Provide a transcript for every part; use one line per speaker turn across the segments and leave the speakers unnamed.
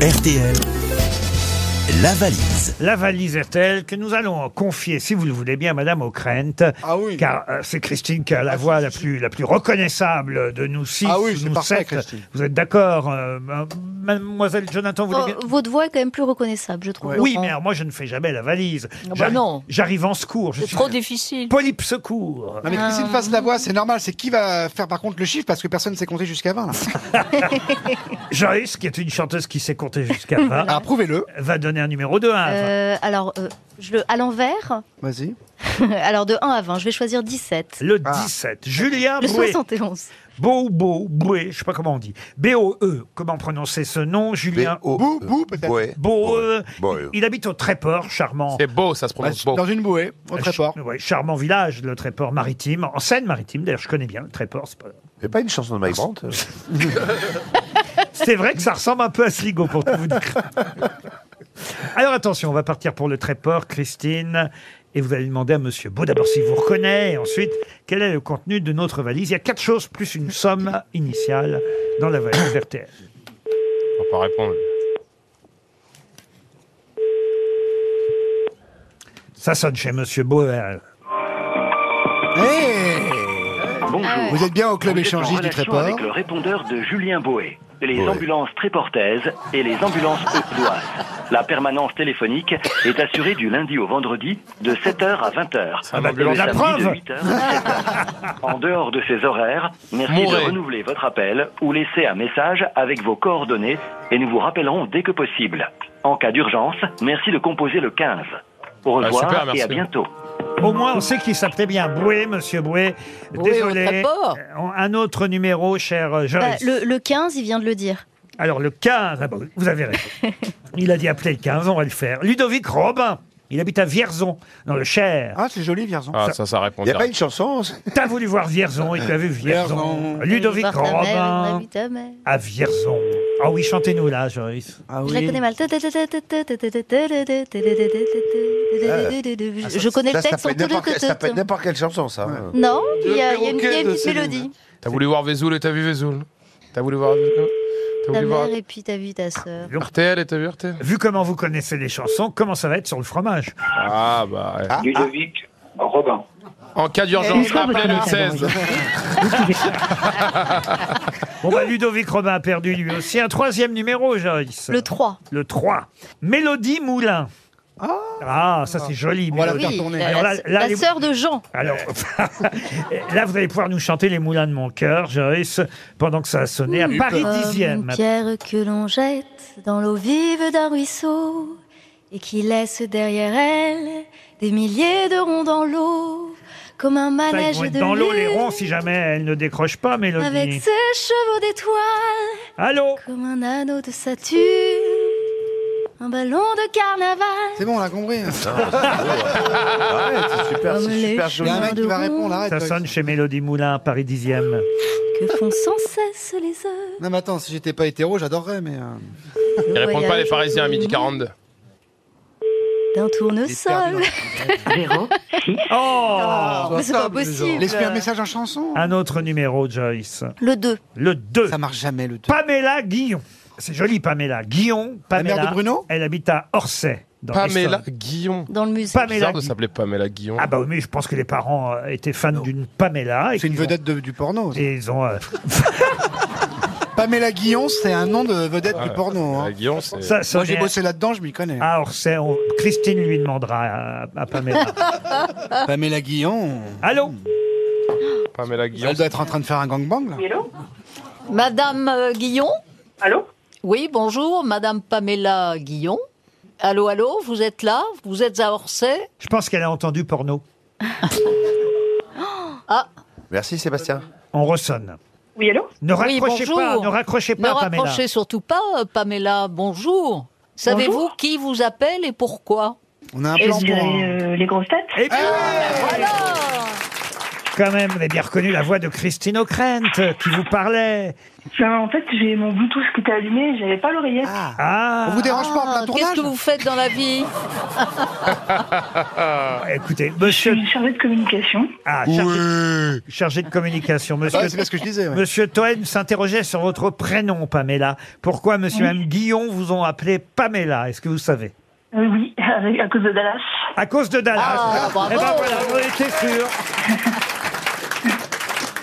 RTL, la valise.
La valise RTL que nous allons confier, si vous le voulez bien, à Madame O'Krent.
Ah oui.
Car euh, c'est Christine qui a la voix la plus, la plus reconnaissable de nous six,
Ah oui, c'est
nous
parfait,
sept.
Christine.
Vous êtes d'accord, euh, ma- Mademoiselle Jonathan, vous voulez bien
Oh, votre voix est quand même plus reconnaissable, je trouve.
Oui,
Laurent.
mais alors, moi je ne fais jamais la valise.
bah
J'arri-
non.
J'arrive en secours. Je
C'est
suis
trop difficile.
polype secours.
Non mais Christine fasse la voix, c'est normal. C'est qui va faire par contre le chiffre parce que personne ne sait compter jusqu'à 20 là.
Joyce, qui est une chanteuse qui sait compter jusqu'à 20,
Ah, prouvez-le.
va donner un numéro de 1 à 20.
Euh, alors, euh, je le, à l'envers.
Vas-y.
alors, de 1 à 20, je vais choisir 17.
Le
Ah.
17, Julien
Le
Boué.
71.
Beau, beau, Boué, je sais pas comment on dit. B-O-E, comment prononcer ce nom, Julien
Bou, bou peut-être.
Ouais. euh,
Beau,
Beau.
il habite au Tréport, charmant.
C'est beau, ça se prononce beau.
Dans une bouée, au
Ah,
tréport.
Ch- ouais, charmant village, le Tréport maritime, en Seine-Maritime. D'ailleurs, je connais bien le Tréport. C'est, pas-
C'est pas une chanson de Mike Brandt euh.
c'est vrai que ça ressemble un peu à Sligo, pour tout vous dire. Alors attention, on va partir pour le Tréport, Christine. Et vous allez demander à Monsieur Beau d'abord s'il vous reconnaît, et ensuite quel est le contenu de notre valise. Il y a quatre choses plus une somme initiale dans la valise RTL.
On peut répondre.
Ça sonne chez Monsieur Beau. euh,
Hey
Ah ouais.
Vous êtes bien au club
Vous êtes en
échangiste du
relation
tréport.
Avec le répondeur de Julien Boé, les
Boé.
ambulances tréportaises et les ambulances audoises. La permanence téléphonique est assurée du lundi au vendredi de 7h à 20h.
un ambulance.
La preuve.
de 8h à 7h. En dehors de ces horaires, merci
Mourez.
de renouveler votre appel ou laisser un message avec vos coordonnées et nous vous rappellerons dès que possible. En cas d'urgence, merci de composer le 15. Au
Ah,
revoir
super,
et à
merci.
bientôt.
Au moins, on sait qu'il s'appelait bien Boué, Monsieur Boué.
Boué au
Désolé.
Tréport.
Euh, Un autre numéro, cher euh,
Bah,
Joyce.
le, le 15, il vient de le dire.
Alors le 15, ah bon, vous avez raison. Il a dit appeler le 15, on va le faire. Ludovic Robin, il habite à Vierzon, dans le Cher.
Ah, c'est joli, Vierzon.
Ah, ça, ça répond
Il y a
direct.
pas une chanson
T'as voulu voir Vierzon et tu as vu Vierzon.
Vierzon.
Ludovic
Voir ta mère, on
Robin
habite ta mère.
à Vierzon. Ah oui, chantez-nous là, Joyce.
Ah
Je la connais mal. Je je connais
ça,
le
ça
texte
peut être n'importe quelle- ça peut être
en
n'importe quelle chanson, ça. hein.
Non, il y a,
Le
il y a une, il y a une
perroquet de
petite
Céline.
mélodie.
T'as voulu voir Vesoul et t'as vu Vesoul. T'as voulu voir. T'as
Ta
voulu voir.
mère et puis t'as vu ta sœur.
RTL et t'as vu RTL
Vu comment vous connaissez les chansons, comment ça va être sur le fromage
Ah, bah. ouais.
Ludovic Robin.
En cas d'urgence, appelez le 16.
Bon bah Ludovic Robin a perdu lui aussi. Un troisième numéro, Joyce.
Le 3.
Le 3. Mélodie Moulin. Ah, ça c'est joli.
Voilà.
Mélodie.
faire
Oui,
tourner.
la,
Alors là-
la-
là,
la
les-
sœur de Jean.
Alors, là, vous allez pouvoir nous chanter les moulins de mon cœur, Joyce, pendant que ça a sonné à
Hum.
Paris
Comme
10e.
une pierre que l'on jette dans l'eau vive d'un ruisseau et qui laisse derrière elle des milliers de ronds dans l'eau, comme un
Ça, ils
manège
vont être
de
dans l'eau, les
lune,
ronds, si jamais elle ne décroche pas,
avec
Mélodie.
ses chevaux d'étoiles,
Allô
comme un anneau de Saturne, un ballon de carnaval,
C'est bon, on l'a compris.
Ah Ouais, c'est super,
comme
c'est
les
Il
super
y a
joli.
un
chemins
mec
de
qui va répondre,
ronde
arrête.
Ça
toi.
sonne chez Mélodie Moulin, à Paris 10e.
que font sans cesse les heures.
Non mais attends, si j'étais pas hétéro, j'adorerais mais euh,
Ils répondent pas, les parisiens, à midi 42.
D'un
il est perdu dans
tournesol.
le-
Oh
Mais c'est pas possible.
Laisse-lui
bah.
un message en chanson.
Un autre numéro, Joyce.
Le 2.
Le 2.
Ça marche jamais le tout.
Pamela Guillon. C'est joli, Pamela. Guillon, Pamela.
mère de Bruno
Elle habite à Orsay. Dans
Pamela
l'Essonne.
Guillon.
Dans le musée.
C'est bizarre
Pamela.
de
Guillon.
s'appeler Pamela Guillon.
Ah bah oui, mais je pense que les parents euh, étaient fans d'une Pamela. et
C'est une
qu'ils ont-
vedette de- du porno. ça.
Et ils ont... euh,
Pamela Guillon, c'est un nom de vedette
Ah,
du porno. hein.
Pamela Guillon, c'est.
ça sonnait
Moi j'ai bossé là-dedans, je m'y connais.
Ah, Orsay, on- Christine lui demandera à, à Pamela. Ah.
Pamela Guillon,
Allô
Pamela Guillon.
elle doit être en train de faire un gangbang là.
Madame euh, Guillon
Allô
Oui, bonjour, Madame Pamela Guillon. Allô, allô, vous êtes là Vous êtes à Orsay
Je pense qu'elle a entendu porno.
Ah,
Merci, Sébastien.
On ressonne.
Oui, allô
Ne
Oui,
raccrochez
bonjour.
pas, ne raccrochez
ne
pas, Pamela.
rapprochez surtout pas, euh, Pamela, bonjour. Savez-vous qui vous appelle et pourquoi
euh,
euh,
On a un plan pour. un-
les grosses têtes
Et puis,
Voilà
Eh quand même, vous avez bien reconnu la voix de Christine O'Krent euh, qui vous parlait.
Non, en fait, j'ai mon Bluetooth qui était allumé, j'avais pas l'oreillette.
Ah,
On vous dérange pas en plein
Ah, Qu'est-ce
tournage
que vous faites dans la vie
écoutez,
Je
monsieur,
suis chargée de communication.
ah, chargé, chargé de communication, monsieur,
Ouais, C'est pas ce que je disais. ouais.
monsieur Toen s'interrogeait sur votre prénom, Pamela. Pourquoi monsieur et M. Guillon vous ont appelé Pamela Est-ce que vous savez
Euh, oui, avec- à cause de Dallas.
À cause de Dallas.
Ah, bravo.
Eh ben voilà, on était sûr.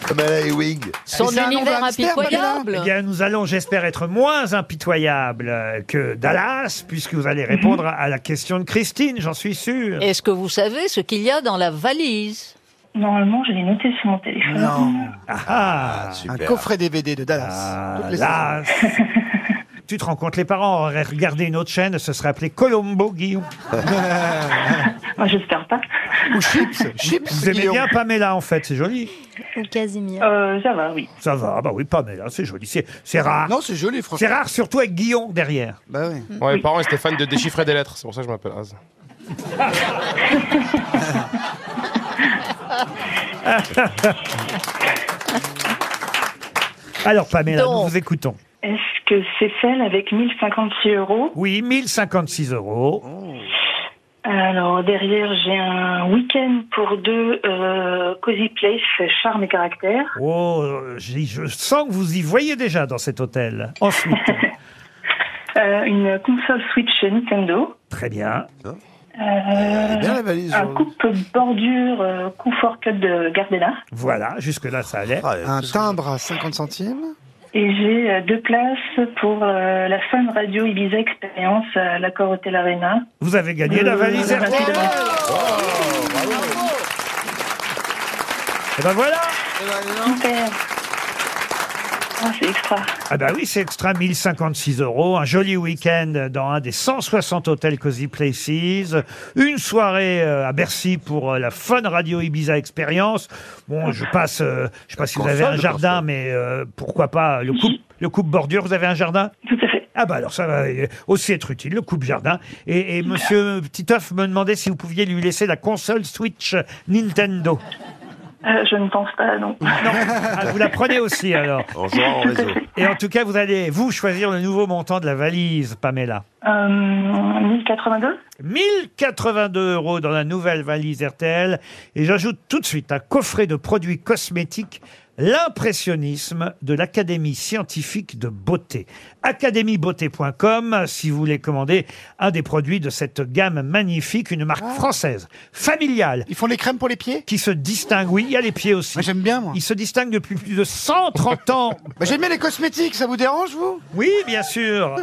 Pamela Ewing.
Son
c'est un nom
univers
d'un hamster,
impitoyable
Eh bien, nous allons, j'espère, être moins impitoyables euh, que Dallas, puisque vous allez répondre à-
Mhm.
à la question de Christine, j'en suis sûr.
Est-ce que vous savez ce qu'il y a dans la valise
Normalement, je l'ai noté sur mon téléphone.
Ah,
Un
Super.
coffret DVD de Dallas. Toutes les saisons.
Dallas. Tu te rends compte, les parents auraient regardé une autre chaîne, ce serait appelé Colombo Guillaume.
Moi, Ah, j'espère pas.
Ou Chips. Chips.
Vous aimez
Guillaume.
bien Pamela, en fait, c'est joli.
ou Casimir.
Euh, ça va, oui.
Ça va, bah oui, Pamela, c'est joli, c'est c'est rare.
Non, c'est joli, franchement.
C'est rare, surtout avec Guillaume derrière.
Bah oui.
Ouais, mes parents étaient fans de déchiffrer des lettres, c'est pour ça que je m'appelle Az.
Alors, Pamela, nous
Donc.
vous écoutons.
Est-ce que c'est celle avec 1056 euros
Oui, 1056 euros.
Alors, derrière, j'ai un week-end pour deux, euh, Cozy Place, charme et caractère.
Oh, j'ai- je sens que vous y voyez déjà dans cet hôtel. Ensuite,
Euh, une console Switch Nintendo.
très bien.
C'est bien la valise.
Un
aujourd'hui.
coupe bordure, euh, coup fort cut de Gardena.
Voilà, jusque-là, ça allait.
Ah,
Un
tout ce-
timbre à 50 centimes.
Et j'ai euh, deux places pour euh, la Fun Radio Ibiza Experience à l'Accor Hotel Arena.
Vous avez gagné la valise
Euh,
RTL. Et ben voilà
Super. Ah, c'est extra.
Ah bah oui, c'est extra 1056 euros, un joli week-end dans un des 160 hôtels Cozy Places, une soirée euh, à Bercy pour euh, la Fun Radio Ibiza Experience. Bon, je passe, euh, je sais pas si vous avez un jardin, mais euh, pourquoi pas le coupe, le coupe bordure, vous avez un jardin
Tout à fait.
Ah bah alors ça va euh, aussi être utile, le coupe-jardin. Et, et monsieur Titoff me demandait si vous pouviez lui laisser la console Switch Nintendo.
Euh, je ne pense pas, non.
Non, Ah, vous la prenez aussi alors.
En jouant en réseau.
Et en tout cas, vous allez, vous, choisir le nouveau montant de la valise, Pamela.
Euh, 1082
1082 euros dans la nouvelle valise RTL. Et j'ajoute tout de suite un coffret de produits cosmétiques, l'impressionnisme de l'Académie scientifique de beauté. Académiebeauté.com si vous voulez commander un des produits de cette gamme magnifique, une marque
Ah.
française, familiale,
Ils font les crèmes pour les pieds
qui se distingue. Oui, il y a les pieds aussi.
Moi, j'aime bien, moi.
Il se distingue depuis plus de 130 ans
Bah, j'aime bien les cosmétiques, ça vous dérange, vous
oui, bien sûr.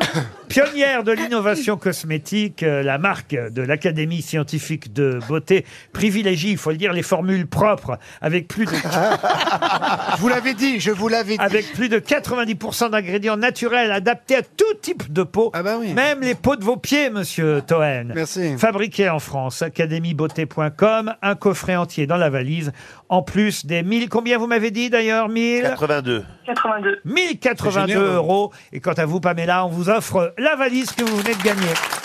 Pionnière de l'innovation cosmétique, euh, la marque de l'Académie scientifique de beauté privilégie, il faut le dire, les formules propres avec plus de,
Je vous l'avais dit, je vous l'avais dit.
avec plus de 90% d'ingrédients naturels adaptés à tout type de peau.
Ah bah oui.
Même les peaux de vos pieds, monsieur Toen.
Merci.
Fabriqué en France, academiebeauté.com, un coffret entier dans la valise, en plus des 1000, combien vous m'avez dit d'ailleurs 1000
82.
82.
hein.
1082 euros. Et quant à vous, Pamela, on vous offre la valise que vous venez de gagner.